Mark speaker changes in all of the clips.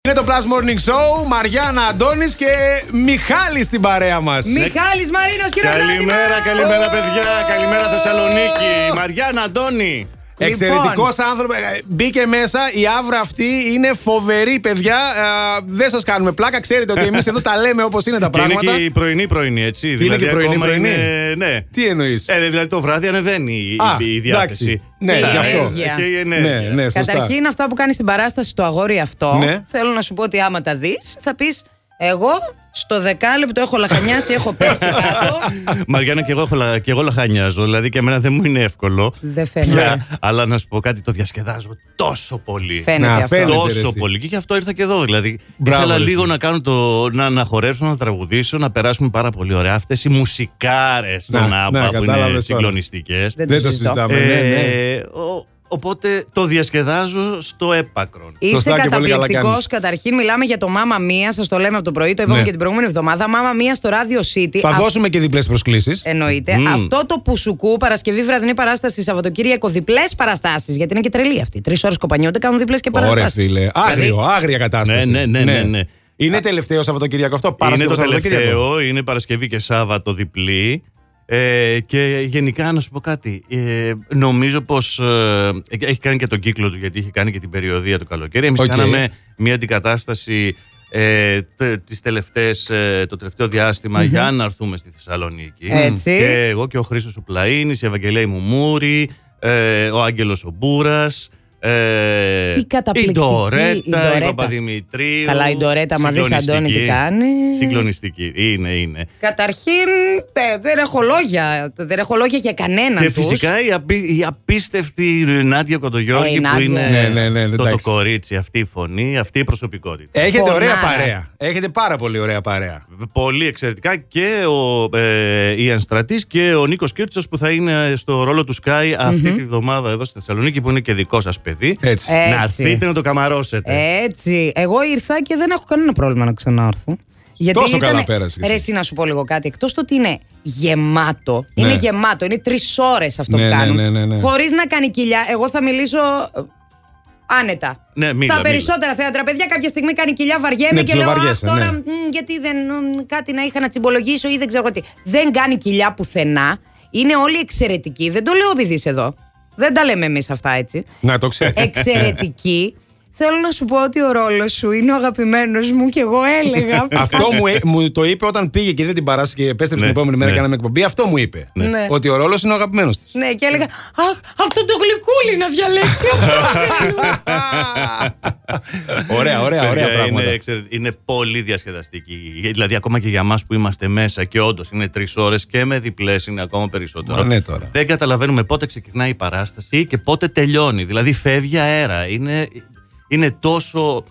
Speaker 1: Είναι το Plus Morning Show, Μαριάννα Αντώνης και Μιχάλη στην παρέα μας.
Speaker 2: Μιχάλης Μαρίνος, κύριο
Speaker 3: Καλημέρα, καλημέρα παιδιά, καλημέρα Θεσσαλονίκη. Μαριάννα, Αντώνη.
Speaker 1: Εξαιρετικός Λοιπόν. άνθρωπο. Ε, Μπήκε μέσα, η αύρα αυτή είναι φοβερή, παιδιά. Ε, δεν σας κάνουμε πλάκα. Ξέρετε ότι εμείς εδώ τα λέμε όπως είναι τα
Speaker 3: Και είναι
Speaker 1: πράγματα.
Speaker 3: και η πρωινή πρωινή, έτσι. Δηλαδή,
Speaker 1: Είναι και πρωινή
Speaker 3: ακόμα
Speaker 1: πρωινή.
Speaker 3: είναι- ναι.
Speaker 1: Τι εννοείς.
Speaker 3: Ε, δηλαδή το βράδυ ανεβαίνει η,
Speaker 1: Α,
Speaker 3: η- η
Speaker 1: εντάξει.
Speaker 3: διάθεση.
Speaker 1: Ναι,
Speaker 2: Η
Speaker 3: Ε,
Speaker 2: γι' αυτό. ενέργεια.
Speaker 3: Και η ενέργεια.
Speaker 1: ναι, ναι, σωστά.
Speaker 2: Καταρχήν, αυτά που κάνεις στην παράσταση το αγόρι αυτό,
Speaker 1: Ναι.
Speaker 2: θέλω να σου πω ότι άμα τα δεις, θα πεις Εγώ στο δεκάλεπτο έχω λαχανιάσει, έχω πέσει κάτω.
Speaker 3: Μαριάννα, και εγώ, έχω λα- και εγώ λαχανιάζω. Δηλαδή και εμένα δεν μου είναι εύκολο.
Speaker 2: Δεν φαίνεται.
Speaker 1: Ναι.
Speaker 3: Πια, αλλά να σου πω κάτι, το διασκεδάζω τόσο πολύ.
Speaker 2: Φαίνεται
Speaker 1: Να,
Speaker 2: αυτό.
Speaker 1: φαίνεται. ρε,
Speaker 3: Τόσο
Speaker 1: εσύ.
Speaker 3: πολύ. Και γι' αυτό ήρθα και εδώ. Δηλαδή,
Speaker 1: Μπράβο,
Speaker 3: ήθελα
Speaker 1: ρε,
Speaker 3: λίγο
Speaker 1: εσύ.
Speaker 3: να, κάνω το, να, να χορέψω, να τραγουδήσω, να περάσουμε πάρα πολύ ωραία. Αυτές οι μουσικάρες
Speaker 1: Να,
Speaker 3: των
Speaker 1: ναι,
Speaker 3: άπα που
Speaker 1: κατάλαβες
Speaker 3: είναι
Speaker 1: τώρα.
Speaker 3: συγκλονιστικές.
Speaker 2: Δεν
Speaker 1: Δεν το
Speaker 2: το συζητώ.
Speaker 1: συζητάμε. ναι,
Speaker 3: Ε,
Speaker 1: ναι.
Speaker 3: οπότε το διασκεδάζω στο έπακρον.
Speaker 2: Είσαι
Speaker 1: Σωστά και πολύ καλά
Speaker 2: καταπληκτικός.
Speaker 1: κάνεις.
Speaker 2: Καταρχήν, μιλάμε για το Μάμα Μία. Σας το λέμε από το πρωί, το είπαμε
Speaker 1: Ναι.
Speaker 2: και την προηγούμενη εβδομάδα. Μάμα Μία στο Radio City.
Speaker 1: Θα
Speaker 2: Αυτό
Speaker 1: δώσουμε και διπλές προσκλήσεις.
Speaker 2: Εννοείται.
Speaker 3: Μμμ.
Speaker 2: Αυτό το πουσουκού, Παρασκευή βραδινή παράσταση, Σαββατοκύριακο, διπλές παραστάσεις. Γιατί είναι και τρελή αυτή. Τρεις ώρες κοπανιούνται, κάνουν διπλές και Δηλαδή, παραστάσει.
Speaker 1: Ωραία, φίλε. Άγριο, άγρια κατάσταση.
Speaker 3: Ναι, ναι, ναι, ναι, ναι.
Speaker 1: Είναι τελευταίο Σαββατοκύριακο αυτό.
Speaker 3: είναι
Speaker 1: Παρασκευό
Speaker 3: το
Speaker 1: Σαββατοκύριακο.
Speaker 3: τελευταίο, είναι Παρασκευή και Σάββατο διπλή. Ε, και γενικά να σου πω κάτι. Ε, νομίζω πως έχει κάνει και τον κύκλο του, γιατί είχε κάνει και την περιοδία το καλοκαίρι. Εμείς
Speaker 1: Οκ.
Speaker 3: κάναμε μια αντικατάσταση ε, τε- τις τελευταίες, ε, το τελευταίο διάστημα για να έρθουμε στη Θεσσαλονίκη.
Speaker 2: Έτσι.
Speaker 3: Και εγώ και ο Χρήστος ο Πλαΐνης, η Ευαγγελία η Μουμούρη, ε, ο Άγγελος ο Μπούρας, ε,
Speaker 2: Τι καταπληκτική
Speaker 3: η
Speaker 2: η
Speaker 3: Ντορέτα, η,
Speaker 2: Ντορέτα.
Speaker 3: Παπαδημητρίου.
Speaker 2: Καλά, η Ντορέτα, άμα δεις,
Speaker 3: συγκλονιστική.
Speaker 2: Αντώνη, τι κάνει.
Speaker 3: Συγκλονιστική. Είναι, είναι.
Speaker 2: Καταρχήν, ε, δεν έχω λόγια. Δεν έχω λόγια για κανέναν.
Speaker 3: Και
Speaker 2: τους.
Speaker 3: φυσικά η, απί- η απίστευτη Νάντια
Speaker 2: Ε, η
Speaker 3: Κοντογιώργη που
Speaker 2: Νάντια.
Speaker 3: είναι
Speaker 1: Ναι, ναι, ναι,
Speaker 3: το, το
Speaker 1: εντάξει. Ε.
Speaker 3: κορίτσι, αυτή η φωνή, αυτή η προσωπικότητα.
Speaker 1: Έχετε
Speaker 2: Φωνάρα.
Speaker 1: ωραία παρέα. Έχετε πάρα πολύ ωραία παρέα.
Speaker 3: Πολύ εξαιρετικά και ο ε, Ιαν Στρατής και ο Νίκος Κίρτσος που θα είναι στο ρόλο του Sky αυτή τη βδομάδα εδώ στη Θεσσαλονίκη που είναι και δικό σας παιδί.
Speaker 1: Έτσι.
Speaker 2: Ε,
Speaker 3: Να
Speaker 2: Έτσι.
Speaker 3: έρθετε να το καμαρώσετε.
Speaker 2: Έτσι. Εγώ ήρθα και δεν έχω κανένα πρόβλημα να ξανάρθω. Γιατί
Speaker 1: Τόσο
Speaker 2: ήτανε-
Speaker 1: καλά πέρασες.
Speaker 2: Ρε, εσύ να σου πω λίγο κάτι. Εκτός το ότι είναι γεμάτο, είναι
Speaker 1: Ναι.
Speaker 2: γεμάτο, είναι τρεις ώρες
Speaker 1: Ναι,
Speaker 2: αυτό που
Speaker 1: ναι,
Speaker 2: κάνουν.
Speaker 1: ναι, ναι, ναι.
Speaker 2: Χωρίς να κάνει κοιλιά, εγώ θα μιλήσω ε, άνετα.
Speaker 3: Ναι, μίλα,
Speaker 2: Στα
Speaker 3: μίλα.
Speaker 2: περισσότερα θέατρα, παιδιά, κάποια στιγμή κάνει κοιλιά, βαριέμαι
Speaker 1: Ναι,
Speaker 2: και λέω Αχ,
Speaker 1: ψιλοβαριέσαι,
Speaker 2: τώρα
Speaker 1: ναι.
Speaker 2: μ, γιατί δεν. μ, κάτι να είχα να τσιμπολογήσω ή δεν ξέρω τι. Δεν κάνει κοιλιά πουθενά. Είναι όλοι εξαιρετικοί. Δεν το λέω επειδή είσαι εδώ. Δεν τα λέμε εμείς αυτά έτσι
Speaker 1: Να το
Speaker 2: Ε,
Speaker 1: ξέρω.
Speaker 2: εξαιρετική. Θέλω να σου πω ότι ο ρόλος σου είναι ο αγαπημένος μου και εγώ έλεγα.
Speaker 1: Αυτό μου, ε- μου το είπε όταν πήγε και δεν την παράσταση και επέστρεψε
Speaker 3: Ναι,
Speaker 1: την επόμενη μέρα
Speaker 3: ναι.
Speaker 1: και κάναμε εκπομπή. Αυτό μου είπε.
Speaker 2: Ναι.
Speaker 1: Ότι ο ρόλος είναι ο αγαπημένος της.
Speaker 2: ναι, και έλεγα. Αχ, αυτό το γλυκούλι να διαλέξει αυτό.
Speaker 1: ωραία, ωραία, ωραία
Speaker 3: Παιδιά,
Speaker 1: πράγματα.
Speaker 3: Είναι, ξέρετε, είναι πολύ διασκεδαστική. Δηλαδή, ακόμα και για εμάς που είμαστε μέσα και όντως είναι τρεις ώρες και με διπλές είναι ακόμα περισσότερο.
Speaker 1: Μα ναι τώρα.
Speaker 3: Δεν καταλαβαίνουμε πότε ξεκινάει η παράσταση και πότε τελειώνει. Δηλαδή, φεύγει αέρα. Είναι, είναι τόσο.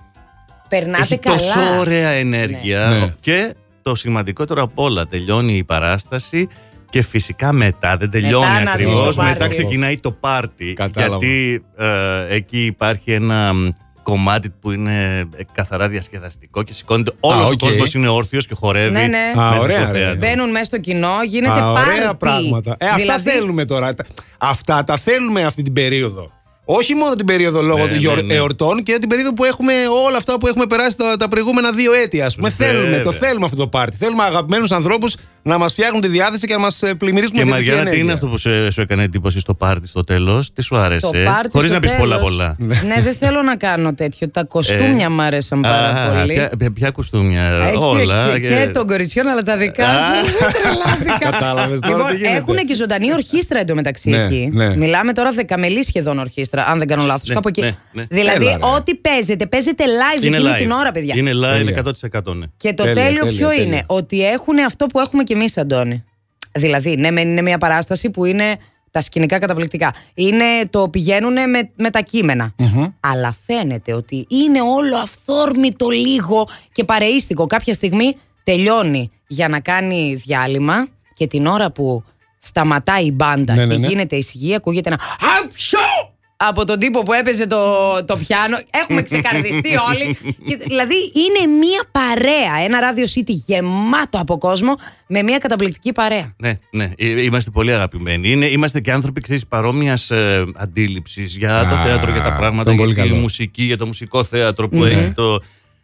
Speaker 2: Περνάτε
Speaker 3: έχει
Speaker 2: καλά.
Speaker 3: τόσο ωραία ενέργεια.
Speaker 1: Ναι. Ναι.
Speaker 3: Και το σημαντικότερο απ' όλα, τελειώνει η παράσταση και φυσικά μετά δεν τελειώνει
Speaker 2: να
Speaker 3: ακριβώς,
Speaker 1: δεις το πάρτι.
Speaker 3: Μετά ξεκινάει το πάρτι.
Speaker 1: Κατάλαβα.
Speaker 3: Γιατί ε, εκεί υπάρχει ένα μ, κομμάτι που είναι ε, καθαρά διασκεδαστικό και σηκώνεται όλος ο
Speaker 1: οκ.
Speaker 3: κόσμος είναι όρθιος και χορεύει.
Speaker 2: Ναι, ναι.
Speaker 3: μέσα
Speaker 1: Α,
Speaker 3: στο
Speaker 1: ωραία, ρε.
Speaker 3: θέατρο.
Speaker 2: Μπαίνουν μέσα στο κοινό, γίνεται
Speaker 1: Α,
Speaker 2: Ναι, πάρτι.
Speaker 1: ωραία πράγματα. Ε, αυτά
Speaker 2: Δηλαδή,
Speaker 1: θέλουμε τώρα. Τα- Αυτά τα θέλουμε αυτή την περίοδο. Όχι μόνο την περίοδο λόγω
Speaker 3: Ναι,
Speaker 1: των
Speaker 3: ναι,
Speaker 1: γιορ-
Speaker 3: ναι.
Speaker 1: εορτών και την περίοδο που έχουμε όλα αυτά που έχουμε περάσει τα, τα προηγούμενα δύο έτη, ας πούμε.
Speaker 3: Βέβαια.
Speaker 1: Θέλουμε, το θέλουμε αυτό το πάρτι. Θέλουμε αγαπημένους ανθρώπους να μας φτιάχνουν τη διάθεση και να ε, μα πλημμυρίζουν
Speaker 3: Και
Speaker 1: με
Speaker 3: Μαριάννα, τι είναι αυτό που σε- σου έκανε εντύπωση στο πάρτι στο τέλος, τι σου
Speaker 2: το
Speaker 3: άρεσε.
Speaker 2: πάρτι
Speaker 3: Χωρί
Speaker 2: στο
Speaker 3: ε, να πεις
Speaker 2: τέλος.
Speaker 3: πολλά-πολλά.
Speaker 2: Ναι, δεν θέλω να κάνω τέτοιο. Τα κοστούμια μ' άρεσαν πάρα
Speaker 3: Ε, Α,
Speaker 2: πολύ.
Speaker 3: Ποια, ποια- ποια κουστούμια,
Speaker 2: Ε, και-
Speaker 3: όλα.
Speaker 2: Και, και των κοριτσιών, αλλά τα δικά
Speaker 3: Α.
Speaker 2: σου. Τρελάθηκα.
Speaker 1: Κατάλαβες τώρα τι
Speaker 2: Λοιπόν,
Speaker 1: γίνεται.
Speaker 2: έχουν και ζωντανή ορχήστρα εντωμεταξύ
Speaker 1: Ναι,
Speaker 2: εκεί.
Speaker 1: ναι.
Speaker 2: Μιλάμε τώρα δεκαμελή σχεδόν ορχήστρα, αν δεν κάνω λάθος.
Speaker 3: Ναι,
Speaker 2: Κάπου εκεί.
Speaker 3: ναι, ναι.
Speaker 2: Δηλαδή,
Speaker 1: Έλα, ρε.
Speaker 2: ό,τι παίζετε, παίζετε live
Speaker 3: Είναι
Speaker 2: εκείνη
Speaker 3: live.
Speaker 2: την ώρα, παιδιά.
Speaker 3: Είναι live
Speaker 1: Τέλεια.
Speaker 3: 100%. Ναι.
Speaker 2: Και το
Speaker 1: Τέλεια,
Speaker 2: τέλειο
Speaker 1: τέλεια,
Speaker 2: ποιο
Speaker 1: τέλεια.
Speaker 2: είναι, ότι έχουν αυτό που έχουμε κι εμεί, Αντώνη. Δηλαδή, ναι, μεν είναι μια παράσταση που είναι τα σκηνικά καταπληκτικά. Είναι το πηγαίνουν με, με τα κειμενα Αλλά φαίνεται ότι είναι όλο αυθόρμητο λίγο και παρείστικο. Κάποια στιγμή τελειώνει για να κάνει διάλειμμα και την ώρα που σταματάει η μπάντα
Speaker 1: Ναι, ναι,
Speaker 2: και
Speaker 1: ναι.
Speaker 2: γίνεται ησυχία, ακούγεται ένα «Αψο!» από τον τύπο που έπαιζε το, το πιάνο. Έχουμε ξεκαρδιστεί όλοι. Και, δηλαδή είναι μία παρέα, ένα Radio City γεμάτο από κόσμο με μία καταπληκτική παρέα.
Speaker 3: Ναι, ναι, Ε, είμαστε πολύ αγαπημένοι. Είναι, είμαστε και άνθρωποι ξέρεις, παρόμοιας ε, αντίληψης για το
Speaker 1: Α,
Speaker 3: θέατρο, για τα
Speaker 1: τον
Speaker 3: πράγματα,
Speaker 1: πολύ
Speaker 3: για τη
Speaker 1: καλό. Ναι.
Speaker 3: μουσική, για το μουσικό θέατρο που έχει το.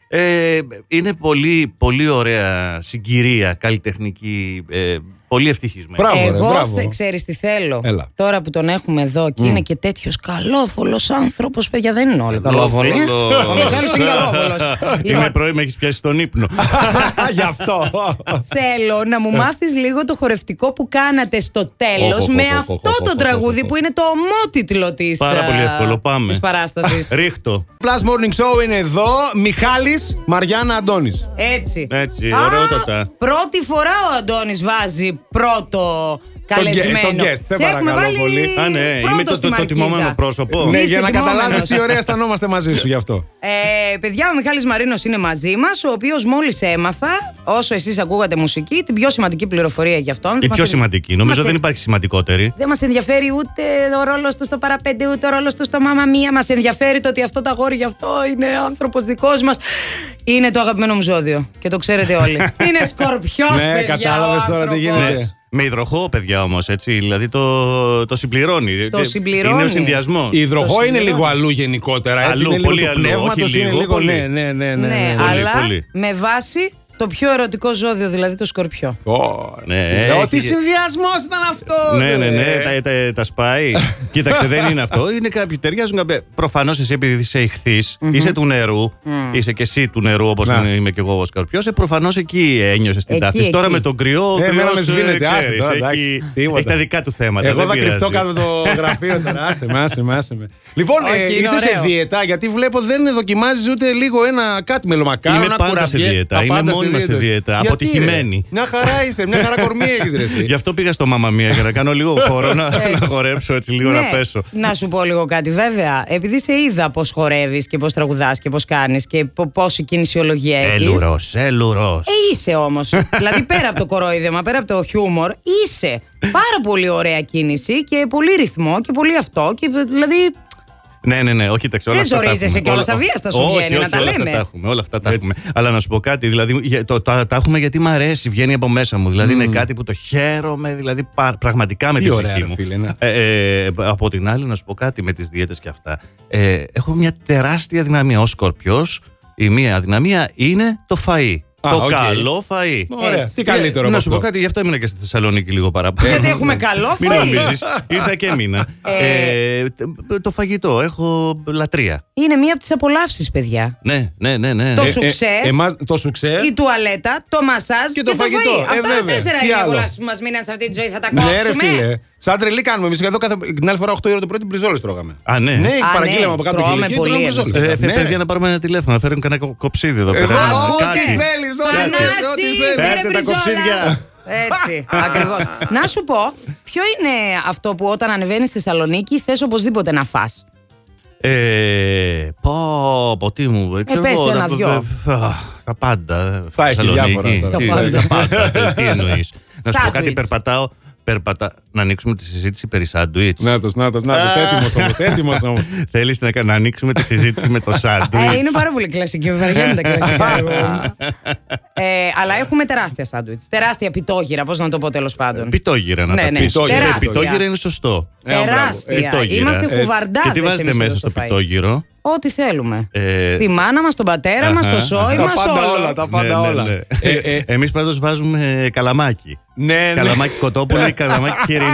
Speaker 3: Ε, είναι πολύ, πολύ ωραία συγκυρία, καλλιτεχνική, ε, πολύ ευτυχισμένη.
Speaker 1: Μπράβο. ρε,
Speaker 2: Εγώ
Speaker 1: μπράβο.
Speaker 2: θε, ξέρεις τι θέλω
Speaker 1: Έλα.
Speaker 2: Τώρα που τον έχουμε εδώ και είναι και τέτοιος καλόβολος άνθρωπος Παιδιά δεν είναι όλοι καλόβολοι
Speaker 3: Καλόβολος.
Speaker 2: Ο Μιχάλης είναι καλόβολος
Speaker 3: Είναι
Speaker 2: Λοιπόν,
Speaker 3: πρωί, με έχεις πιάσει τον ύπνο.
Speaker 1: Γι' αυτό.
Speaker 2: θέλω να μου
Speaker 3: Ε.
Speaker 2: μάθεις λίγο το χορευτικό που κάνατε στο τέλος
Speaker 1: Οχ, οχ,
Speaker 2: Με
Speaker 1: οχ, οχ, οχ,
Speaker 2: αυτό
Speaker 1: οχ,
Speaker 2: το
Speaker 1: οχ,
Speaker 2: τραγούδι
Speaker 1: οχ.
Speaker 2: που είναι το ομότιτλο της
Speaker 3: Πάρα πολύ
Speaker 2: α,
Speaker 3: εύκολο, πάμε.
Speaker 2: Της παράστασης
Speaker 3: Ρίχτο.
Speaker 1: Plus Morning Show είναι εδώ. Μιχάλης Μαριάννα Αντώνης.
Speaker 2: Έτσι.
Speaker 3: Έτσι,
Speaker 2: Α,
Speaker 3: ωραιότατα.
Speaker 2: Πρώτη φορά ο Αντώνης βάζει πρώτο καλεσμένο.
Speaker 1: gue- τον guest, σε
Speaker 2: έχουμε
Speaker 1: παρακαλώ
Speaker 2: βάλει
Speaker 1: πολύ.
Speaker 3: Α, ναι,
Speaker 2: πρώτος
Speaker 3: είμαι το-
Speaker 2: στη
Speaker 3: το- το
Speaker 2: μαρκίζα.
Speaker 3: τιμωμένο πρόσωπο.
Speaker 1: Ναι,
Speaker 2: Μη
Speaker 1: για να
Speaker 2: συγκεκριμένος.
Speaker 1: καταλάβεις τι ωραία αισθανόμαστε μαζί σου γι' αυτό.
Speaker 2: Ε, παιδιά, ο Μιχάλης Μαρίνος είναι μαζί μας, ο οποίος μόλις έμαθα, όσο εσείς ακούγατε μουσική, την πιο σημαντική πληροφορία για αυτόν.
Speaker 3: Η
Speaker 2: Μας
Speaker 3: πιο
Speaker 2: εν-
Speaker 3: σημαντική.
Speaker 2: μας
Speaker 3: Νομίζω
Speaker 2: εν-
Speaker 3: δεν υπάρχει σημαντικότερη.
Speaker 2: Δεν μας ενδιαφέρει ούτε ο ρόλος του στο παραπέντε, ούτε ο ρόλος του στο μάμα μία. Μας ενδιαφέρει το ότι αυτό το αγόρι γι' αυτό είναι άνθρωπος δικός μας. Είναι το αγαπημένο μου ζώδιο. Και το ξέρετε όλοι. είναι σκορπιός,
Speaker 1: Ναι,
Speaker 2: παιδιά.
Speaker 1: κατάλαβες
Speaker 2: ο
Speaker 1: τώρα τι
Speaker 2: άνθρωπος.
Speaker 1: γίνεται.
Speaker 3: Με υδροχό, παιδιά όμως, έτσι. Δηλαδή το, το συμπληρώνει. Ε,
Speaker 2: Το συμπληρώνει.
Speaker 3: Είναι ο συνδυασμός.
Speaker 1: Η υδροχό είναι
Speaker 2: συμπληρώνω.
Speaker 1: λίγο αλλού γενικότερα. Έτσι,
Speaker 3: Αλλού,
Speaker 1: είναι λίγο
Speaker 3: πολύ
Speaker 1: του
Speaker 3: αλλού,
Speaker 1: πνεύματος,
Speaker 3: όχι
Speaker 1: είναι
Speaker 3: λίγο,
Speaker 1: λίγο.
Speaker 3: πολύ.
Speaker 1: Ναι, ναι, ναι. ναι, ναι.
Speaker 3: πολύ,
Speaker 2: αλλά
Speaker 3: πολύ.
Speaker 2: με βάση το πιο ερωτικό ζώδιο, δηλαδή το σκορπιό.
Speaker 1: Ωραία.
Speaker 3: Ναι,
Speaker 1: Λέω,
Speaker 3: έχει-
Speaker 1: Τι συνδυασμός ήταν αυτό!
Speaker 3: Ναι, ναι, ναι,
Speaker 1: ρε.
Speaker 3: τα, τα, τα σπάει. Κοίταξε, δεν είναι αυτό. Είναι κάποιοι ταιριάζουν κάποια. Προφανώς εσύ, επειδή είσαι ηχθής, είσαι του νερού, είσαι και εσύ του νερού, όπως
Speaker 1: Να.
Speaker 3: είμαι και εγώ ο Σκορπιός, ε, προφανώς εκεί ένιωσες την
Speaker 2: Εκεί,
Speaker 3: τάφη. Τώρα
Speaker 2: εκεί.
Speaker 3: με τον κρυό. ο
Speaker 1: Ε, εμένα
Speaker 3: κρυός,
Speaker 1: με
Speaker 3: ε,
Speaker 1: σβήνεται, άσε
Speaker 3: ξέρεις,
Speaker 1: τώρα, εντάξει,
Speaker 3: έχει,
Speaker 1: τίποτα.
Speaker 3: έχει τα δικά του θέματα.
Speaker 1: Εγώ
Speaker 3: δεν
Speaker 1: θα κρυφτώ
Speaker 3: πειράζει.
Speaker 1: κάτω από το γραφείο τώρα. Άσε με, άσε με, άσε με. Λοιπόν,
Speaker 2: Όχι,
Speaker 1: ε,
Speaker 2: είναι
Speaker 1: είσαι σε
Speaker 2: ωραίο.
Speaker 1: δίαιτα γιατί βλέπω δεν δοκιμάζεις ούτε λίγο ένα κάτι μελομακάρονα.
Speaker 3: Είμαι πάντα σε δίαιτα, είμαι μόνιμα σε δίαιτα, αποτυχημένη.
Speaker 1: Μια χαρά είσαι, μια χαρά κορμί έχεις ρε. εσύ.
Speaker 3: Γι' αυτό πήγα στο Μαμma Mia για να κάνω λίγο χώρο, να,
Speaker 2: Έτσι.
Speaker 3: να χορέψω έτσι λίγο, να πέσω.
Speaker 2: Ναι, να σου πω λίγο κάτι. Βέβαια, επειδή σε είδα πώς χορεύεις και πώς τραγουδάς και πώς κάνεις και πο- πόση
Speaker 1: Ε,
Speaker 2: κινησιολογία έχεις.
Speaker 3: Έλουρος, έλουρος.
Speaker 2: Ναι, Ε, είσαι όμως. δηλαδή, πέρα από το κορόιδεμα, πέρα από το χιούμορ, είσαι. Πάρα πολύ ωραία κίνηση και πολύ ρυθμό και πολύ αυτό. Και, δηλαδή,
Speaker 3: Ναι, ναι, ναι, όχι, εντάξει, όλα
Speaker 2: Δεν
Speaker 3: αυτά τα
Speaker 2: ζορίζεσαι
Speaker 3: έχουμε.
Speaker 2: κιόλας,
Speaker 3: Όλα-
Speaker 2: αβίαστα σου
Speaker 3: όχι,
Speaker 2: βγαίνει,
Speaker 3: όχι,
Speaker 2: να τα
Speaker 3: όλα
Speaker 2: λέμε.
Speaker 3: Αυτά τα έχουμε, όλα αυτά τα έχουμε. Αλλά να σου πω κάτι, δηλαδή για- το, τα, τα έχουμε γιατί μ' αρέσει, βγαίνει από μέσα μου. Δηλαδή είναι κάτι που το χαίρομαι, δηλαδή πα- πραγματικά με
Speaker 1: Τι
Speaker 3: την
Speaker 1: ωραία,
Speaker 3: ψυχή
Speaker 1: ρε
Speaker 3: μου.
Speaker 1: φίλε, ναι.
Speaker 3: Ε, ε, από την άλλη, να σου πω κάτι με τις δίαιτες και αυτά. Ε, έχω μια τεράστια δυναμία. Ω σκορπιός, η μία δυναμία είναι το φαΐ.
Speaker 1: Α,
Speaker 3: το
Speaker 1: οκ.
Speaker 3: καλό φαΐ. Ε,
Speaker 1: Ωραία.
Speaker 2: Έτσι.
Speaker 1: Τι καλύτερο από
Speaker 3: Να σου πω
Speaker 1: αυτό.
Speaker 3: κάτι, γι' αυτό έμεινα και στη Θεσσαλονίκη λίγο παραπάνω.
Speaker 2: γιατί
Speaker 1: ναι.
Speaker 2: έχουμε καλό
Speaker 3: Μην
Speaker 2: φαΐ.
Speaker 3: νομίζεις. Ήρθα και έμεινα.
Speaker 2: Ε.
Speaker 3: Ε, τε- το φαγητό. Έχω λατρεία.
Speaker 2: Είναι μία από τις απολαύσεις, παιδιά.
Speaker 3: Ναι, ναι, ναι. ναι.
Speaker 2: Το
Speaker 3: Ε,
Speaker 2: σου-
Speaker 1: Ε, ε,
Speaker 2: σουξέ.
Speaker 1: εμάς- το σουξέ.
Speaker 2: Η τουαλέτα, το μασάζ
Speaker 1: Ε. Και το φαγητό.
Speaker 2: φαΐ.
Speaker 1: Ε,
Speaker 2: Αυτά τα
Speaker 1: βέβαια.
Speaker 2: τέσσερα
Speaker 1: Τι
Speaker 2: είναι
Speaker 1: άλλο.
Speaker 2: κολλάσει που μα μείναν σε αυτή τη ζωή. Θα τα
Speaker 1: Ναι, ρε
Speaker 2: κόψουμε.
Speaker 1: φίλε. Σαν τρελή κάνουμε εμείς. Εδώ κάθε, την άλλη φορά 8 ώρα το πρωί μπριζόλε τρώγαμε.
Speaker 3: Α, ναι.
Speaker 1: Ναι,
Speaker 2: ναι,
Speaker 1: παραγγείλαμε από κάτω
Speaker 2: τρώμε
Speaker 1: την
Speaker 2: πολύ εμείς.
Speaker 1: μπριζόλε.
Speaker 3: Ε,
Speaker 2: Ναι.
Speaker 3: φε- παιδιά, να πάρουμε ένα τηλέφωνο. Φέρουν κανένα κο- κοψίδι εδώ
Speaker 2: Ε,
Speaker 3: πέρα.
Speaker 1: Εδώ,
Speaker 3: Κάτι.
Speaker 1: Ε, ό,τι θέλεις, ό,τι
Speaker 3: Κάτι.
Speaker 1: θέλεις, ό,τι
Speaker 2: Θανάση,
Speaker 1: θέλεις.
Speaker 2: φέρε
Speaker 3: Φέρτε τα
Speaker 2: μπριζόλα.
Speaker 3: κοψίδια.
Speaker 2: Έτσι, ακριβώς. Να σου πω, ποιο είναι αυτό που όταν ανεβαίνεις στη Θεσσαλονίκη θες οπωσδήποτε να φας
Speaker 3: Ε, πω, πω, τι μου. Ε, ξέρω
Speaker 2: πες
Speaker 3: εγώ,
Speaker 2: ένα
Speaker 3: τα-
Speaker 2: δυο.
Speaker 3: ε, α, Τα πάντα.
Speaker 1: Θα έχει
Speaker 3: Θεσσαλονίκη.
Speaker 1: διάφορα τώρα.
Speaker 3: Τι,
Speaker 2: Τα πάντα.
Speaker 3: Τα πάντα. τε- Τι εννοείς. Να σου πω κάτι,
Speaker 2: Σάντουιτς.
Speaker 3: περπατάω. περπατα- Να ανοίξουμε τη συζήτηση περί σάντουιτς.
Speaker 2: Ναι,
Speaker 1: Νάτο, νάτο, νάτο.
Speaker 2: Ε.
Speaker 1: Έτοιμος όμως, έτοιμος όμως.
Speaker 3: Θέλεις να, κα- να ανοίξουμε τη συζήτηση με το σάντουιτς.
Speaker 2: Ε, είναι πάρα πολύ κλασική. Βαριέμαι τα κλασικά. εγώ. ε, αλλά έχουμε τεράστια σάντουιτς. Τεράστια πιτόγυρα, πώς να το πω τέλος πάντων.
Speaker 3: Πιτόγυρα Ε, να
Speaker 2: Ναι,
Speaker 3: τα
Speaker 2: ναι.
Speaker 3: πεις.
Speaker 1: Πιτόγυρα,
Speaker 3: Ε,
Speaker 1: πιτόγυρα.
Speaker 3: Πιτόγυρα είναι σωστό.
Speaker 1: Ε, μπράβο.
Speaker 2: Τεράστια.
Speaker 3: Πιτόγυρα,
Speaker 2: Είμαστε
Speaker 3: έτσι.
Speaker 2: χουβαρντάδες
Speaker 3: Και τι βάζετε
Speaker 2: εμείς εδώ
Speaker 3: μέσα στο
Speaker 2: φαΐ.
Speaker 3: πιτόγυρο.
Speaker 2: Ό,τι θέλουμε.
Speaker 3: Ε,
Speaker 2: Τη μάνα μας, τον πατέρα μας,
Speaker 3: αχα,
Speaker 2: το σόι
Speaker 1: Τα
Speaker 2: μας,
Speaker 1: πάντα όλα, τα πάντα
Speaker 3: ναι, ναι,
Speaker 1: όλα.
Speaker 3: ναι.
Speaker 1: Ε, ε,
Speaker 3: Εμείς πάντως βάζουμε καλαμάκι.
Speaker 1: Ναι, ναι.
Speaker 3: Καλαμάκι κοτόπουλο ή καλαμάκι χοιρινό.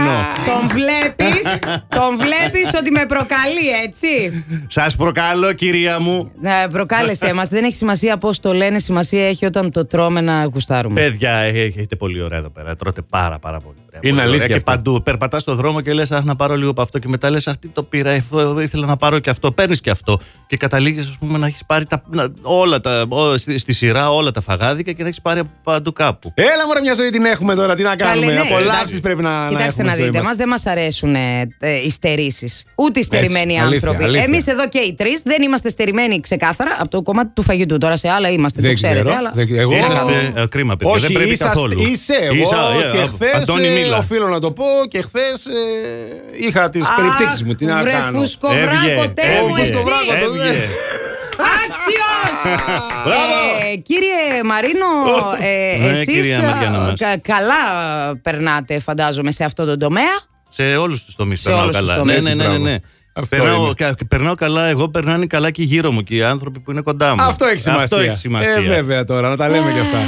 Speaker 2: Τον βλέπεις, τον βλέπεις ότι με προκαλεί, έτσι.
Speaker 3: Σας προκαλώ κυρία μου.
Speaker 2: Ε, προκάλεσέ μας, δεν έχει σημασία πώς το λένε, σημασία έχει όταν το τρώμε να γουστάρουμε.
Speaker 3: Παιδιά, ε, έχετε πολύ ωραία εδώ πέρα. Τρώτε πάρα πάρα πολύ. ωραία.
Speaker 1: Είναι
Speaker 3: Πολύ ωραία.
Speaker 1: αλήθεια αυτό.
Speaker 3: Και παντού. Περπατάς στον δρόμο και λες: Αχ, να πάρω λίγο από αυτό. Και μετά λες: Αχ, τι το πήρα. ε, φο- Ήθελα να πάρω και αυτό. Παίρνεις και αυτό. Και καταλήγεις, ας πούμε, να έχεις πάρει τα, να- όλα τα, ό, στη, στη σειρά όλα τα φαγάδικα και να έχεις πάρει από παντού κάπου.
Speaker 1: Έλα μωρέ μια ζωή την έχουμε τώρα, τι να κάνουμε.
Speaker 2: ναι.
Speaker 1: Απολαύσεις πρέπει να, να
Speaker 2: Κοιτάξτε
Speaker 1: έχουμε
Speaker 2: να
Speaker 1: στη ζωή
Speaker 2: δείτε,
Speaker 1: μας.
Speaker 2: μας δεν μας αρέσουν ε, ε, οι στερήσεις. Ούτε οι στερημένοι
Speaker 1: αλήθεια,
Speaker 2: άνθρωποι.
Speaker 1: αλήθεια.
Speaker 2: Εμείς εδώ και οι τρεις δεν είμαστε στερημένοι ξεκάθαρα από το κομμάτι του φαγητού. Τώρα σε άλλα είμαστε,
Speaker 1: Δεν
Speaker 2: το ξέρετε.
Speaker 1: ξέρω,
Speaker 2: αλλά...
Speaker 1: δεν- εγώ-
Speaker 3: Είσαστε ε, κρίμα, παιδιά.
Speaker 1: Όχι,
Speaker 3: δεν πρέπει
Speaker 1: είσαστε-
Speaker 3: καθόλου.
Speaker 1: Είσαι εγώ
Speaker 3: Ίσα- ε,
Speaker 1: και χθες.
Speaker 3: Αντώνη Μίλα.
Speaker 1: οφείλω να το πω και χθες είχα τις
Speaker 2: Αχ,
Speaker 1: περιπτύξεις μου. Τι να
Speaker 2: βρε
Speaker 1: κάνω.
Speaker 2: φουσκοβράκο, τέλος μου
Speaker 1: έβγε.
Speaker 2: εσύ.
Speaker 1: Φουσκοβράκο, το δε.
Speaker 3: έβγε.
Speaker 2: Άξιος! Ε, κύριε Μαρίνο, ε,
Speaker 3: Ναι,
Speaker 2: εσείς
Speaker 3: κυρία Μαριάννα
Speaker 2: ε,
Speaker 3: μας.
Speaker 2: κα- καλά ε, περνάτε φαντάζομαι σε αυτό το τομέα.
Speaker 3: Σε όλους τους τομείς
Speaker 2: Σε
Speaker 3: περνάω
Speaker 2: όλους τους
Speaker 3: καλά.
Speaker 2: τομείς,
Speaker 3: Ναι, ναι, ναι, ναι, ναι.
Speaker 1: μπράβο. Αυτό
Speaker 3: Περνάω,
Speaker 1: είναι.
Speaker 3: κα- περνάω καλά, εγώ περνάνε καλά και γύρω μου και οι άνθρωποι που είναι κοντά μου.
Speaker 1: Αυτό έχει σημασία.
Speaker 3: Αυτό έχει σημασία.
Speaker 1: Ε, βέβαια τώρα, να τα λέμε και αυτά.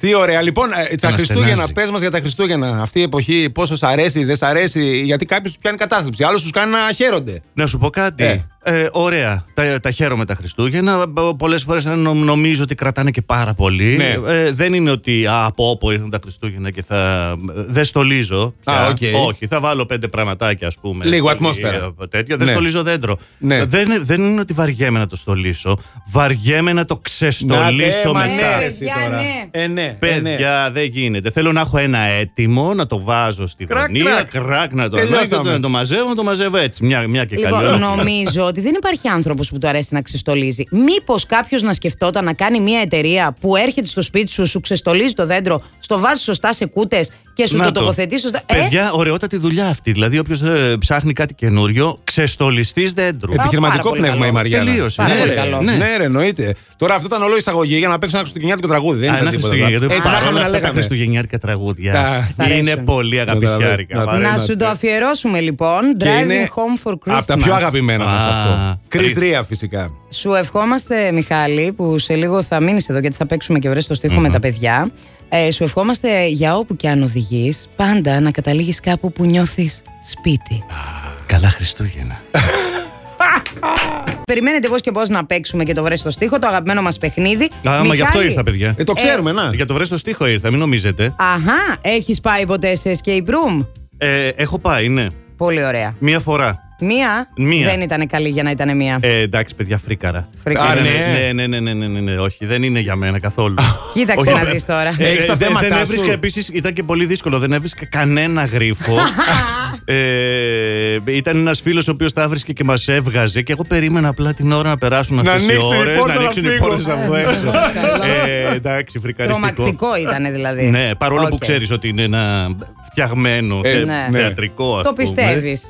Speaker 1: Τι ωραία. Λοιπόν, ε, τα
Speaker 3: Μας
Speaker 1: Χριστούγεννα,
Speaker 3: στενάζει.
Speaker 1: πες μας για τα Χριστούγεννα. Αυτή η εποχή, πόσο σ' αρέσει, δεν σ' αρέσει. Γιατί κάποιου τους πιάνει κατάθλιψη, άλλου τους κάνει να χαίρονται.
Speaker 3: Να σου πω κάτι.
Speaker 1: Ε.
Speaker 3: Ε. ωραία, τα, τα χαίρομαι τα Χριστούγεννα. Πολλές φορές νομίζω ότι κρατάνε και πάρα πολύ.
Speaker 1: Ναι.
Speaker 3: Ε, δεν είναι ότι α, από όπου ήρθαν τα Χριστούγεννα και θα. Δεν στολίζω.
Speaker 1: Α,
Speaker 3: πια.
Speaker 1: οκ.
Speaker 3: Όχι, θα βάλω πέντε πραγματάκια, ας πούμε.
Speaker 1: Λίγο
Speaker 3: πολύ,
Speaker 1: ατμόσφαιρα.
Speaker 3: ε, Τέτοιο. Δεν
Speaker 1: Ναι.
Speaker 3: στολίζω δέντρο.
Speaker 1: Ναι.
Speaker 3: Δεν, δεν είναι ότι βαριέμαι να το στολίσω. Βαριέμαι να το ξεστολίσω
Speaker 1: Να, ναι, μα
Speaker 3: μετά.
Speaker 1: ναι, ρε, εσύ
Speaker 2: Παιδιά,
Speaker 1: τώρα.
Speaker 2: ναι.
Speaker 1: Ε, ναι. ε, ναι.
Speaker 3: Παιδιά, δεν γίνεται. Θέλω να έχω ένα έτοιμο, να το βάζω στη
Speaker 1: Κρακ,
Speaker 3: γωνία,
Speaker 1: κρακ.
Speaker 3: κρακ, να το
Speaker 1: Τελειώσαμε.
Speaker 3: ανοίγω, να το μαζεύω, να το μαζεύω έτσι. Μια, μια και καλή ώρα.
Speaker 2: Λοιπόν, νομίζω ότι δεν υπάρχει άνθρωπος που του αρέσει να ξεστολίζει. Μήπως κάποιος να σκεφτόταν να κάνει μια εταιρεία που έρχεται στο σπίτι σου, σου ξεστολίζει το δέντρο, στο βάζει σωστά σε κούτες και σου
Speaker 3: Να
Speaker 2: το τοποθετεί σωστά. Ε,
Speaker 3: Παιδιά, ωραιότατη δουλειά αυτή. Δηλαδή, όποιος ψάχνει κάτι καινούριο, ξεστολιστή δέντρου.
Speaker 2: Επι-
Speaker 1: Επιχειρηματικό
Speaker 2: πάρα πολύ
Speaker 1: πνεύμα
Speaker 2: καλό.
Speaker 1: η Μαριάννα.
Speaker 3: Τελείωσε.
Speaker 2: Πάρα
Speaker 1: Ναι,
Speaker 2: πολύ
Speaker 1: ρε,
Speaker 2: καλό.
Speaker 1: Ναι, ναι, ρε, εννοείται. Τώρα αυτό ήταν όλο εισαγωγή για να παίξουν ένα χριστουγεννιάτικο τραγούδι. Δεν
Speaker 3: Α,
Speaker 1: ήταν
Speaker 3: ένα
Speaker 1: τίποτα.
Speaker 3: Χριστουγεννιάτικο.
Speaker 1: Έτσι, να
Speaker 3: Παρόλα
Speaker 1: είχαμε να
Speaker 3: αυτά, τα
Speaker 1: λέγαμε.
Speaker 3: Χριστουγεννιάτικα τραγούδια.
Speaker 1: Τα-
Speaker 2: Σ' αρέσουν.
Speaker 3: Είναι πολύ
Speaker 1: Να
Speaker 3: αγαπησιάρικα.
Speaker 1: τα-
Speaker 3: παρέ-
Speaker 2: να
Speaker 1: να
Speaker 2: σου
Speaker 1: το-
Speaker 2: το αφιερώσουμε λοιπόν.
Speaker 1: Και
Speaker 2: Driving
Speaker 1: είναι
Speaker 2: home for Christmas.
Speaker 1: Από τα πιο αγαπημένα μας
Speaker 3: Α,
Speaker 1: αυτό. Κρι
Speaker 3: πριν.
Speaker 1: 3 φυσικά.
Speaker 2: Σου ευχόμαστε, Μιχάλη, που σε λίγο θα μείνεις εδώ γιατί θα παίξουμε και βρες στο στιχο με τα παιδιά. Ε, σου ευχόμαστε για όπου και αν οδηγείς, πάντα να καταλήγεις κάπου που νιώθεις σπίτι.
Speaker 3: Καλά Χριστούγεννα.
Speaker 2: Περιμένετε πώς και πώς να παίξουμε και το βρες στο στίχο, το αγαπημένο μας παιχνίδι.
Speaker 3: Άμα
Speaker 2: Μιχάλη,
Speaker 3: γι' αυτό ήρθα, παιδιά.
Speaker 1: Ε, το ξέρουμε, να.
Speaker 3: Για το βρες στο στίχο ήρθα, μην νομίζετε.
Speaker 2: Αχά, έχεις πάει ποτέ σε escape room.
Speaker 3: Ε, έχω πάει, ναι.
Speaker 2: Πολύ ωραία.
Speaker 3: Μία φορά.
Speaker 2: Μία,
Speaker 3: Μία.
Speaker 2: δεν ήταν καλή για να ήταν μία.
Speaker 3: Ε, εντάξει, παιδιά, φρίκαρα.
Speaker 2: Φρίκαρα.
Speaker 1: Α,
Speaker 3: Ε,
Speaker 1: ναι.
Speaker 3: ναι, ναι, ναι, ναι, ναι, ναι, ναι, όχι, δεν είναι για μένα καθόλου.
Speaker 2: Κοίταξε
Speaker 3: Όχι,
Speaker 2: να
Speaker 3: ε,
Speaker 2: δεις τώρα.
Speaker 3: ε,
Speaker 1: Έχεις τα
Speaker 3: δεν-
Speaker 1: θέματα
Speaker 3: Δεν
Speaker 1: σου.
Speaker 3: έβρισκα επίσης, ήταν και πολύ δύσκολο, δεν έβρισκα κανένα γρίφο. ε, ήταν ένας φίλος ο οποίος τα έβρισκε και μας έβγαζε και εγώ περίμενα απλά την ώρα να περάσουν
Speaker 1: Να
Speaker 3: αυτές οι
Speaker 1: ανοίξουν οι
Speaker 3: ώρες,
Speaker 1: πόρτες,
Speaker 3: να
Speaker 1: να
Speaker 3: ανοίξουν οι
Speaker 1: φύγω.
Speaker 3: πόρτε από έξω. Ε, εντάξει, φρικαριστικό.
Speaker 2: Τρομακτικό ήταν δηλαδή.
Speaker 3: Ναι, παρόλο που
Speaker 2: Οκ.
Speaker 3: ξέρεις ότι είναι ένα φτιαγμένο,
Speaker 1: Ε,
Speaker 3: θε-
Speaker 2: ναι.
Speaker 3: θεατρικό, ας
Speaker 2: Το πιστεύει.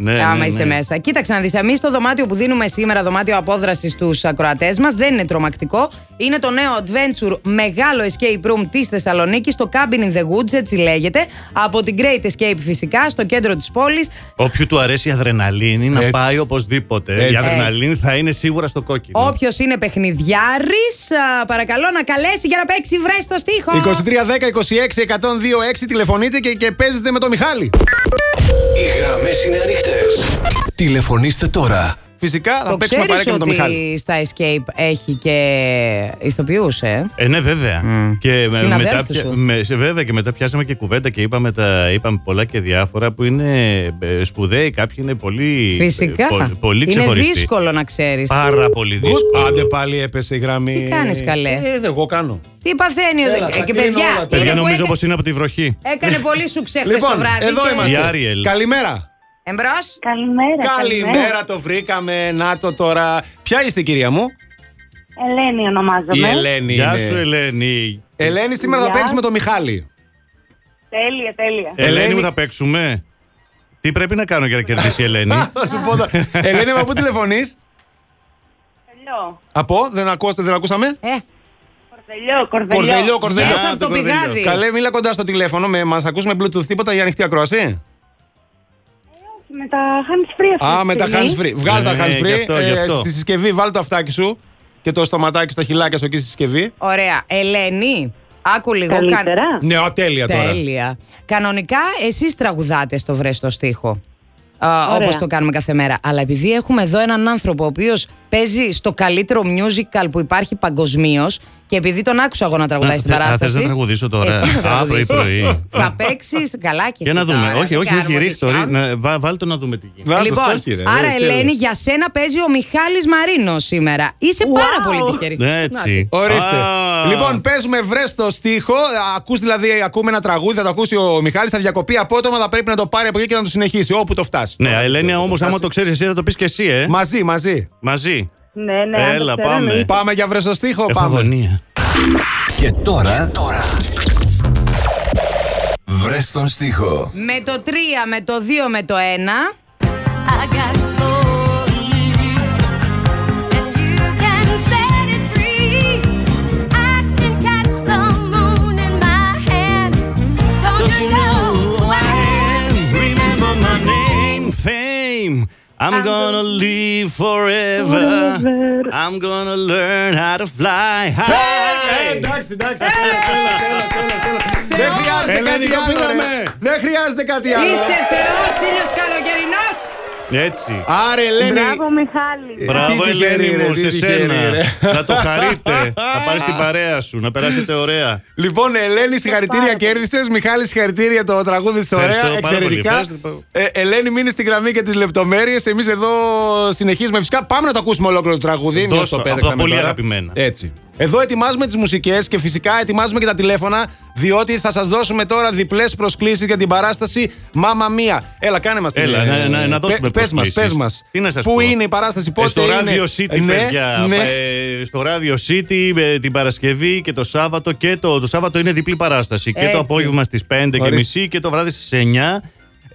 Speaker 3: Ναι, ναι,
Speaker 2: άμα
Speaker 3: ναι.
Speaker 2: είστε μέσα. Κοίταξε να δεις. Εμείς το δωμάτιο που δίνουμε σήμερα, δωμάτιο απόδρασης στους ακροατές μας, δεν είναι τρομακτικό. Είναι το νέο adventure μεγάλο escape room της Θεσσαλονίκης, το Cabin in the Woods, έτσι λέγεται. Από την Great Escape φυσικά, στο κέντρο της πόλης.
Speaker 3: Όποιου του αρέσει η αδρεναλίνη να
Speaker 1: Έτσι.
Speaker 3: πάει οπωσδήποτε.
Speaker 1: Έτσι.
Speaker 3: Η αδρεναλίνη θα είναι σίγουρα στο κόκκινο.
Speaker 2: Όποιος είναι παιχνιδιάρης, παρακαλώ να καλέσει για να παίξει βρες στο στίχο.
Speaker 1: 2310-26-102-6 τηλεφωνείτε και, και παίζετε με τον Μιχάλη.
Speaker 4: Οι γραμμές είναι ανοιχτές. Τηλεφωνήστε τώρα.
Speaker 1: Φυσικά θα
Speaker 2: Το
Speaker 1: παίξουμε
Speaker 2: ξέρεις
Speaker 1: παρέκκλημα με τον Μιχάλη.
Speaker 2: ότι στα escape έχει και ηθοποιούς, ε.
Speaker 3: Ε, ναι, βέβαια. Και με-
Speaker 2: Συναδέλφους
Speaker 3: μετά, πια-
Speaker 2: σου.
Speaker 3: με, σε- βέβαια, και μετά πιάσαμε και κουβέντα και είπαμε, τα, είπαμε πολλά και διάφορα που είναι ε, σπουδαίοι. Κάποιοι είναι πολύ,
Speaker 2: Φυσικά.
Speaker 3: ε, πο- πολύ
Speaker 2: είναι
Speaker 3: ξεχωριστοί.
Speaker 2: δύσκολο να ξέρεις.
Speaker 3: Πάρα πολύ δύσκολο.
Speaker 1: Good. Άντε πάλι έπεσε η γραμμή.
Speaker 2: Τι κάνεις, καλέ?
Speaker 1: Ε, εγώ κάνω.
Speaker 2: Τι παθαίνει ο
Speaker 1: Έλα, τα
Speaker 2: ε, Και
Speaker 1: κλείνω όλα
Speaker 2: παιδιά,
Speaker 1: τώρα.
Speaker 3: Παιδιά,
Speaker 2: είναι που
Speaker 3: νομίζω
Speaker 2: έκανε,
Speaker 3: πω είναι από τη βροχή.
Speaker 2: έκανε πολύ σου ξέχτες το
Speaker 1: Λοιπόν,
Speaker 2: βράδυ.
Speaker 1: εδώ
Speaker 2: και- Ναι,
Speaker 1: είμαστε.
Speaker 3: Η Άριελ.
Speaker 1: Καλημέρα.
Speaker 2: Εμπρός.
Speaker 5: Καλημέρα.
Speaker 1: Καλημέρα, το βρήκαμε. Να το τώρα. Ποια είστε, κυρία μου,
Speaker 5: Ελένη
Speaker 1: Η
Speaker 5: ονομάζομαι.
Speaker 1: Ελένη.
Speaker 3: Γεια
Speaker 1: είναι.
Speaker 3: σου, Ελένη.
Speaker 1: Ελένη, σήμερα θα
Speaker 5: Γεια.
Speaker 1: παίξουμε τον Μιχάλη.
Speaker 5: Τέλεια, τέλεια.
Speaker 3: Ελένη,
Speaker 1: Ελένη.
Speaker 3: μου θα παίξουμε. Τι πρέπει να κάνω για να κερδίσει η Ελένη.
Speaker 1: Θα σου πω. τώρα. Ελένη, από πού τηλεφωνείς.
Speaker 5: Κορδελιό.
Speaker 1: Από, δεν ακούστε, δεν ακούσαμε.
Speaker 2: Ε,
Speaker 5: Κορδελιό, κορδελιό.
Speaker 1: Κορδελιό, κορδελιό.
Speaker 2: Μέσα
Speaker 3: Α,
Speaker 2: από το
Speaker 3: το κορδέλιο.
Speaker 2: πηγάδι.
Speaker 1: Καλέ, μίλα κοντά στο τηλέφωνο. Με, μας ακούς με Bluetooth τίποτα για ανοιχτή ακρόαση.
Speaker 5: Με τα hands free αυτή
Speaker 1: Α,
Speaker 5: τη
Speaker 1: με τα
Speaker 5: στιγμή.
Speaker 1: hands free. Βγάλ τα
Speaker 3: Ναι,
Speaker 1: hands
Speaker 3: γι'
Speaker 1: free. Ε,
Speaker 3: αυτό, γι' αυτό.
Speaker 1: στη συσκευή βάλ το αυτάκι σου και το στοματάκι στα χιλάκια σου εκεί στη συσκευή.
Speaker 2: Ωραία. Ελένη, άκου λίγο. κα-
Speaker 5: Καλύτερα.
Speaker 1: Ναι, α, τέλεια
Speaker 3: Ε,
Speaker 1: τώρα.
Speaker 2: Τέλεια. Κανονικά, εσείς τραγουδάτε στο βρέστο στίχο.
Speaker 5: Ωραία.
Speaker 2: Όπως το κάνουμε κάθε μέρα. Αλλά επειδή έχουμε εδώ έναν άνθρωπο ο οποίος παίζει στο καλύτερο musical που υπάρχει παγκοσμίως και επειδή τον άκουσα εγώ να τραγουδάει
Speaker 3: Α,
Speaker 2: στην
Speaker 3: θε- α,
Speaker 2: παράσταση.
Speaker 3: θες να τραγουδήσω τώρα.
Speaker 2: Εσύ θα
Speaker 3: Α,
Speaker 2: τραγουδήσεις.
Speaker 3: πρωί-πρωί.
Speaker 2: Θα παίξεις καλά και
Speaker 3: Για
Speaker 2: εσύ
Speaker 3: να δούμε.
Speaker 2: τώρα,
Speaker 3: όχι,
Speaker 2: δεν
Speaker 3: όχι, όχι,
Speaker 2: κάνουμε
Speaker 3: ρίχτω.
Speaker 2: δυσιά.
Speaker 3: ρί- να- βά- Βάλ' το να δούμε τι γίνεται.
Speaker 1: Να το
Speaker 2: Λοιπόν,
Speaker 1: στόχι, ρε,
Speaker 2: άρα
Speaker 1: ε,
Speaker 2: Ελένη,
Speaker 1: τέλος.
Speaker 2: για σένα παίζει ο Μιχάλης Μαρίνος σήμερα. Είσαι πάρα
Speaker 5: Wow.
Speaker 2: πολύ τυχερή.
Speaker 3: Ναι, Έτσι.
Speaker 1: Ορίστε.
Speaker 3: Α.
Speaker 1: Λοιπόν, παίζουμε βρε στο στίχο. Ακούς δηλαδή, ακούμε ένα τραγούδι, θα το ακούσει ο Μιχάλης, θα διακοπεί απότομα, θα πρέπει να το πάρει από εκεί και να το συνεχίσει, όπου το φτάσει.
Speaker 3: Ναι, Ελένη, όμως, άμα το ξέρεις εσύ, θα το πεις και εσύ, ε.
Speaker 1: Μαζί, μαζί.
Speaker 3: Μαζί.
Speaker 5: Ναι, ναι. αν το
Speaker 3: Έλα,
Speaker 5: ξέρω,
Speaker 3: πάμε.
Speaker 5: ναι.
Speaker 1: Πάμε για βρε στο στίχο,
Speaker 3: Έχω
Speaker 1: πάμε.
Speaker 3: αγωνία.
Speaker 4: Και τώρα... Βρες τον στίχο.
Speaker 2: Με το 3, με το 2, με το 1.
Speaker 6: Αγαπώ. And you can set it free. I can catch the moon in my hand. Don't you know who I am?
Speaker 3: Remember my name, fame. I'm I'm gonna live forever.
Speaker 5: Forever.
Speaker 3: I'm gonna learn how to fly
Speaker 1: Ε,
Speaker 3: high.
Speaker 1: Εντάξει, εντάξει. Στέλλα, Στέλλα, Στέλλα, Στέλλα, Στέλλα. Δεν χρειάζεται κάτι
Speaker 3: Ελένη, ναι. το
Speaker 1: άλλο.
Speaker 3: πήραμε.
Speaker 1: ρε. Δεν χρειάζεται κάτι άλλο.
Speaker 2: Είσαι θεός, ήλιος καλοκαιρινός.
Speaker 3: Έτσι.
Speaker 1: Άρε, Ελένη.
Speaker 5: Μπράβο, Μιχάλη.
Speaker 3: Μπράβο,
Speaker 1: τι τυχερή,
Speaker 3: Ελένη
Speaker 1: ρε,
Speaker 3: μου,
Speaker 1: τι
Speaker 3: σε
Speaker 1: τυχερή,
Speaker 3: σένα.
Speaker 1: ρε.
Speaker 3: Να το χαρείτε. Να πάρεις την παρέα σου, να περάσετε ωραία.
Speaker 1: Λοιπόν, Ελένη, συγχαρητήρια, κέρδισες. Μιχάλη, συγχαρητήρια το τραγούδι της
Speaker 3: Ευχαριστώ
Speaker 1: Ωραία.
Speaker 3: πάρα πολύ.
Speaker 1: Εξαιρετικά.
Speaker 3: Ευχαριστώ.
Speaker 1: Ε, Ελένη, μείνεις στην γραμμή και τις λεπτομέρειες. Εμείς εδώ συνεχίζουμε. Φυσικά, πάμε να το ακούσουμε ολόκληρο το τραγούδι.
Speaker 3: Ε, Δώσ'
Speaker 1: Μην
Speaker 3: το,
Speaker 1: το πέταξαμε
Speaker 3: από τα πολύ
Speaker 1: τώρα.
Speaker 3: αγαπημένα.
Speaker 1: Έτσι. Εδώ ετοιμάζουμε τις μουσικές και φυσικά ετοιμάζουμε και τα τηλέφωνα, διότι θα σας δώσουμε τώρα διπλές προσκλήσεις για την παράσταση Μάμα Μία. Έλα, κάνε ε, μα
Speaker 3: Έλα, να- να- να δώσουμε
Speaker 1: Πες μας, πε
Speaker 3: προσκλήσεις.
Speaker 1: μας.
Speaker 3: Τι να σας
Speaker 1: Πού
Speaker 3: πω.
Speaker 1: είναι η παράσταση, πότε
Speaker 3: Ε, στο
Speaker 1: είναι.
Speaker 3: Radio City,
Speaker 1: Ναι,
Speaker 3: παιδιά.
Speaker 1: ναι.
Speaker 3: Ε, στο Radio City ε, την Παρασκευή και το Σάββατο. Και το, το Σάββατο είναι διπλή παράσταση. Και
Speaker 2: Έτσι.
Speaker 3: το απόγευμα στις 5 και
Speaker 1: Ορίστε.
Speaker 3: μισή και το βράδυ στις 9.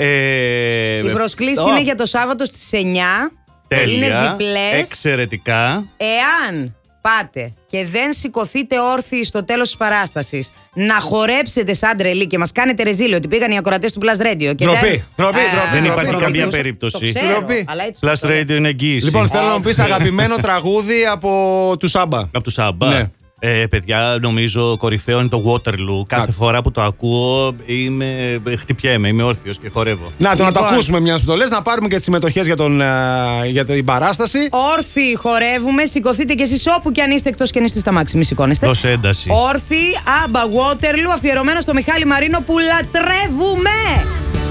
Speaker 3: Ε,
Speaker 2: Η προσκλήση
Speaker 3: το-
Speaker 2: είναι για το Σάββατο στις 9.
Speaker 3: Τέλεια.
Speaker 2: Είναι διπλές.
Speaker 3: Εξαιρετικά.
Speaker 2: Εάν πάτε και δεν σηκωθείτε όρθιοι στο τέλος της παράστασης να χορέψετε σαν τρελή και μας κάνετε ρεζίλιο ότι πήγαν οι ακροατές του Plus Radio. Και
Speaker 1: Ντροπή,
Speaker 2: δεν-
Speaker 1: ντροπή,
Speaker 2: Ε,
Speaker 1: ντροπή,
Speaker 3: Δεν υπάρχει
Speaker 1: ντροπή.
Speaker 3: καμία
Speaker 2: το
Speaker 3: περίπτωση.
Speaker 2: ξέρω,
Speaker 1: Ντροπή.
Speaker 2: αλλά έτσι
Speaker 3: Plus
Speaker 2: το λέω.
Speaker 3: Radio είναι εγγύηση.
Speaker 1: Λοιπόν, θέλω να μου πεις αγαπημένο τραγούδι από του Σάμπα.
Speaker 3: Από του Σάμπα.
Speaker 1: Ναι.
Speaker 3: Ε, παιδιά, νομίζω κορυφαίο είναι το Waterloo. Κάθε
Speaker 1: Να.
Speaker 3: φορά που το ακούω είμαι, χτυπιέμαι, είμαι όρθιος και χορεύω.
Speaker 1: Να το να το
Speaker 2: Λοιπόν.
Speaker 1: ακούσουμε μιας που το λες, να πάρουμε και τις συμμετοχές για, τον, ε, για την παράσταση.
Speaker 2: Όρθιοι χορεύουμε, σηκωθείτε κι εσείς όπου κι αν είστε εκτός κι αν είστε στα μάξι, μη σηκώνεστε.
Speaker 3: Δώσε ένταση.
Speaker 2: Όρθιοι, άμπα Waterloo, αφιερωμένο στο Μιχάλη Μαρίνο που λατρεύουμε.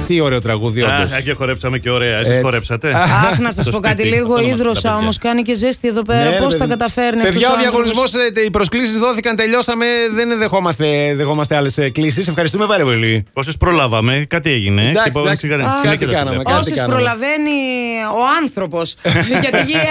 Speaker 1: Τι ωραίο τραγούδι, όντως.
Speaker 3: Α, και χορέψαμε και ωραία. Εσείς
Speaker 1: Έτσι.
Speaker 3: χορέψατε.
Speaker 2: Αχ, να σας
Speaker 3: Στο
Speaker 2: πω
Speaker 3: σπίτι,
Speaker 2: κάτι
Speaker 3: τα
Speaker 2: λίγο.
Speaker 3: ονόματα τα
Speaker 2: Ίδρωσα όμω,
Speaker 3: παιδιά.
Speaker 2: κάνει και ζέστη εδώ
Speaker 1: Ναι,
Speaker 2: πέρα. Πώ Ε, τα καταφέρνει αυτό.
Speaker 1: Παιδιά, ο διαγωνισμό, οι προσκλήσεις δόθηκαν, τελειώσαμε. Δεν δεχόμαστε, δεχόμαστε άλλες κλήσεις. Ευχαριστούμε πάρα πολύ.
Speaker 3: Πόσες προλάβαμε, κάτι έγινε.
Speaker 1: Εντάξει,
Speaker 3: χτυπάμε
Speaker 1: εντάξει.
Speaker 3: σιγά-
Speaker 1: Α,
Speaker 3: συνέχεια
Speaker 1: κάτι
Speaker 3: τα
Speaker 1: κάναμε,
Speaker 3: βλέπω.
Speaker 1: κάτι.
Speaker 2: Όσες
Speaker 1: κάναμε.
Speaker 2: προλαβαίνει ο άνθρωπος.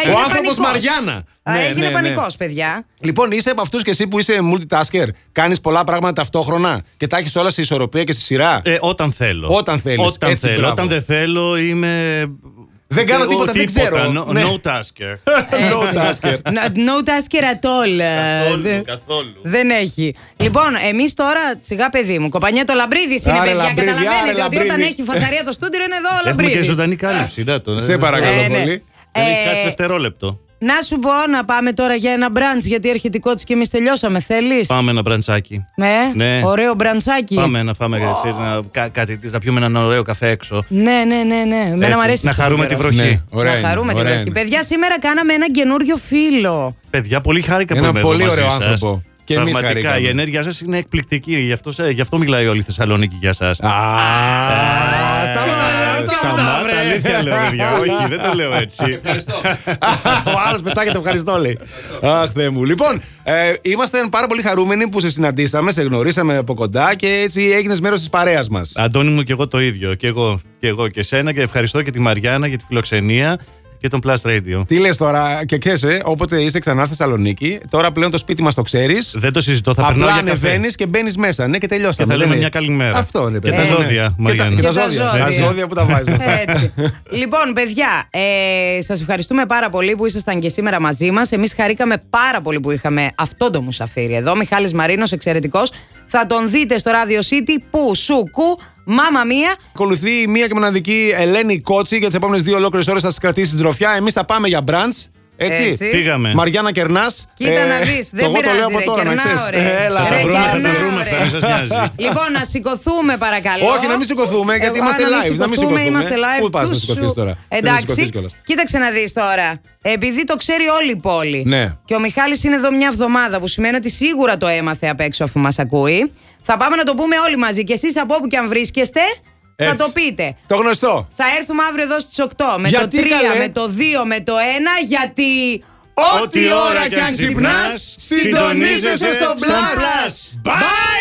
Speaker 1: Ο άνθρωπο Μαριάννα. Ναι,
Speaker 2: Έγινε
Speaker 1: ναι, ναι.
Speaker 2: πανικός, παιδιά.
Speaker 1: Λοιπόν, είσαι από αυτούς και εσύ που είσαι multitasker. Κάνεις πολλά πράγματα ταυτόχρονα και τα έχεις όλα σε ισορροπία και στη σειρά.
Speaker 3: Ε, όταν θέλω.
Speaker 1: Όταν θέλεις.
Speaker 3: Όταν,
Speaker 1: Έτσι,
Speaker 3: θέλω.
Speaker 1: μπράβο.
Speaker 3: όταν δεν θέλω είμαι.
Speaker 1: Δεν κάνω
Speaker 3: Ο-
Speaker 1: τίποτα, δεν ξέρω.
Speaker 3: No,
Speaker 1: Ναι.
Speaker 3: no tasker.
Speaker 1: No tasker.
Speaker 2: No- No tasker at all.
Speaker 1: Ε,
Speaker 2: Ε,
Speaker 3: καθόλου,
Speaker 2: Δεν-
Speaker 3: καθόλου.
Speaker 2: Δεν έχει. Λοιπόν, εμείς τώρα, σιγά παιδί μου, κοπανιέ το λαμπρίδι είναι
Speaker 1: Άρε,
Speaker 2: παιδιά.
Speaker 1: Λαμπρίδη,
Speaker 2: Καταλαβαίνετε
Speaker 1: άρε,
Speaker 2: ότι όταν
Speaker 1: Λαμπρίδη.
Speaker 2: έχει φασαρία το στούντιο είναι εδώ ο
Speaker 3: Έχουμε και
Speaker 2: λαμπρίδι.
Speaker 3: ζωντανή κάλυψη. Να το,
Speaker 1: Σε
Speaker 3: ναι.
Speaker 1: παρακαλώ
Speaker 2: Ε, ναι.
Speaker 1: πολύ.
Speaker 3: Δεν έχει
Speaker 2: Ε,
Speaker 3: χάσει δευτερόλεπτο.
Speaker 2: Να σου πω να πάμε τώρα για ένα μπραντ, γιατί έρχεται η κότση και εμείς τελειώσαμε. Θέλεις.
Speaker 3: Πάμε ένα μπραντσάκι.
Speaker 2: Ναι.
Speaker 3: Ναι.
Speaker 2: Ωραίο μπραντσάκι.
Speaker 3: Πάμε να φάμε εσύ, να, κα- κάτι, να πιούμε έναν ωραίο καφέ έξω.
Speaker 2: Ναι, ναι, ναι, ναι. Εμένα
Speaker 3: Έτσι,
Speaker 2: μου αρέσει.
Speaker 3: να
Speaker 2: αυτό
Speaker 3: χαρούμε
Speaker 2: το
Speaker 3: τη
Speaker 2: καιρό.
Speaker 3: βροχή.
Speaker 1: Ναι, ωραία.
Speaker 2: να χαρούμε
Speaker 1: είναι,
Speaker 2: την
Speaker 1: ωραία
Speaker 2: βροχή.
Speaker 1: είναι.
Speaker 2: Παιδιά, σήμερα κάναμε ένα καινούριο φίλο.
Speaker 3: Παιδιά, πολύ χάρηκα
Speaker 1: Ένα
Speaker 3: που είμαι εδώ
Speaker 1: πολύ
Speaker 3: μαζί
Speaker 1: ωραίο
Speaker 3: σας.
Speaker 1: άνθρωπο. Και εμείς
Speaker 3: Πραγματικά,
Speaker 1: χαρήκαμε.
Speaker 3: η ενέργεια σας είναι εκπληκτική. Γι' αυτό, σε- γι' αυτό μιλάει όλη η Θεσσαλονίκη για σας.
Speaker 1: Α, σταμάτα,
Speaker 3: Ε. Σταμάτα, αλήθεια λέω, παιδιά. Όχι, δεν το λέω έτσι.
Speaker 1: Ο άλλος πετάγεται, ευχαριστώ, λέει. Αχ, Θεέ μου. Λοιπόν, ε, είμαστε πάρα πολύ χαρούμενοι που σε συναντήσαμε, σε γνωρίσαμε από κοντά και έτσι έγινες μέρος της παρέας μας.
Speaker 3: Αντώνη μου και εγώ το ίδιο. Και εγώ και, εγώ και σένα και ευχαριστώ και τη Μαριάννα για τη φιλοξενία και τον Plus Radio.
Speaker 1: Τι λες τώρα, και ξέρει, ε, όποτε είσαι ξανά Θεσσαλονίκη, τώρα πλέον το σπίτι μας το ξέρεις.
Speaker 3: Δεν το συζητώ, θα περνάω
Speaker 1: Απλά
Speaker 3: για καφέ.
Speaker 1: ανεβαίνεις και μπαίνεις μέσα. Ναι, και τελειώσαμε.
Speaker 3: Και θα λέμε
Speaker 1: δεν είναι.
Speaker 3: μια καλή μέρα.
Speaker 1: Αυτό είναι,
Speaker 3: Και
Speaker 1: παιδιά.
Speaker 2: τα
Speaker 1: Ναι.
Speaker 3: ζώδια,
Speaker 1: Και τα-
Speaker 3: Μαριάννα.
Speaker 1: Και τα
Speaker 2: Και τα
Speaker 1: ζώδια. Τα
Speaker 2: ζώδια.
Speaker 1: ζώδια που τα βάζεις.
Speaker 2: Έτσι. λοιπόν, παιδιά, ε, σας ευχαριστούμε πάρα πολύ που ήσασταν και σήμερα μαζί μας. Εμείς χαρήκαμε πάρα πολύ που είχαμε αυτό το μουσαφίρι εδώ. Μιχάλης Μαρίνος, εξαιρετικός. Θα τον δείτε στο Radio City που σου κου, μάμα μία.
Speaker 1: Ακολουθεί η μία και μοναδική Ελένη Κότσι για τις επόμενες δύο ολόκληρες ώρες. Θα σας κρατήσει την τροφιά. Εμείς θα πάμε για μπραντ. Έτσι.
Speaker 2: Έτσι.
Speaker 3: Φύγαμε.
Speaker 1: Μαριάννα Κερνάς.
Speaker 2: Κοίτα να δεις, δεν
Speaker 1: Εγώ το
Speaker 2: πειράζει,
Speaker 1: λέω από
Speaker 2: ρε,
Speaker 1: τώρα, να
Speaker 2: κερνάω,
Speaker 1: ξέρει.
Speaker 2: ρε.
Speaker 1: Έλα,
Speaker 2: Ρε,
Speaker 1: θα βρούμε,
Speaker 2: κερνάω,
Speaker 1: θα τα βρούμε.
Speaker 2: ρε.
Speaker 3: αυτά, μην σας νοιάζει.
Speaker 2: λοιπόν, να σηκωθούμε παρακαλώ.
Speaker 1: Όχι, να μην σηκωθούμε, γιατί
Speaker 2: α,
Speaker 1: είμαστε
Speaker 2: να μην
Speaker 1: live, να μην σηκωθούμε.
Speaker 2: Είμαστε live.
Speaker 1: Πού πας να
Speaker 2: τους
Speaker 1: σηκωθείς
Speaker 2: σου.
Speaker 1: τώρα. Θέλεις να σηκωθείς
Speaker 2: Εντάξει.
Speaker 1: κιόλας.
Speaker 2: Κοίταξε να δεις τώρα. Επειδή το ξέρει όλη η πόλη.
Speaker 1: Ναι.
Speaker 2: Και ο Μιχάλης είναι εδώ μια εβδομάδα, που σημαίνει ότι σίγουρα το έμαθε απ' έξω αφού μας ακούει. Θα πάμε να το πούμε όλοι μαζί. Και εσείς από όπου και αν βρίσκεστε,
Speaker 1: Έτσι.
Speaker 2: θα το πείτε.
Speaker 1: Το γνωστό.
Speaker 2: Θα έρθουμε αύριο εδώ στις 8. Με
Speaker 1: Γιατί,
Speaker 2: το 3,
Speaker 1: καλέ?
Speaker 2: με το 2, με το 1, γιατί.
Speaker 1: Ό,τι ώρα κι αν ξυπνάς, συντονίζεσαι στο Plus. Bye!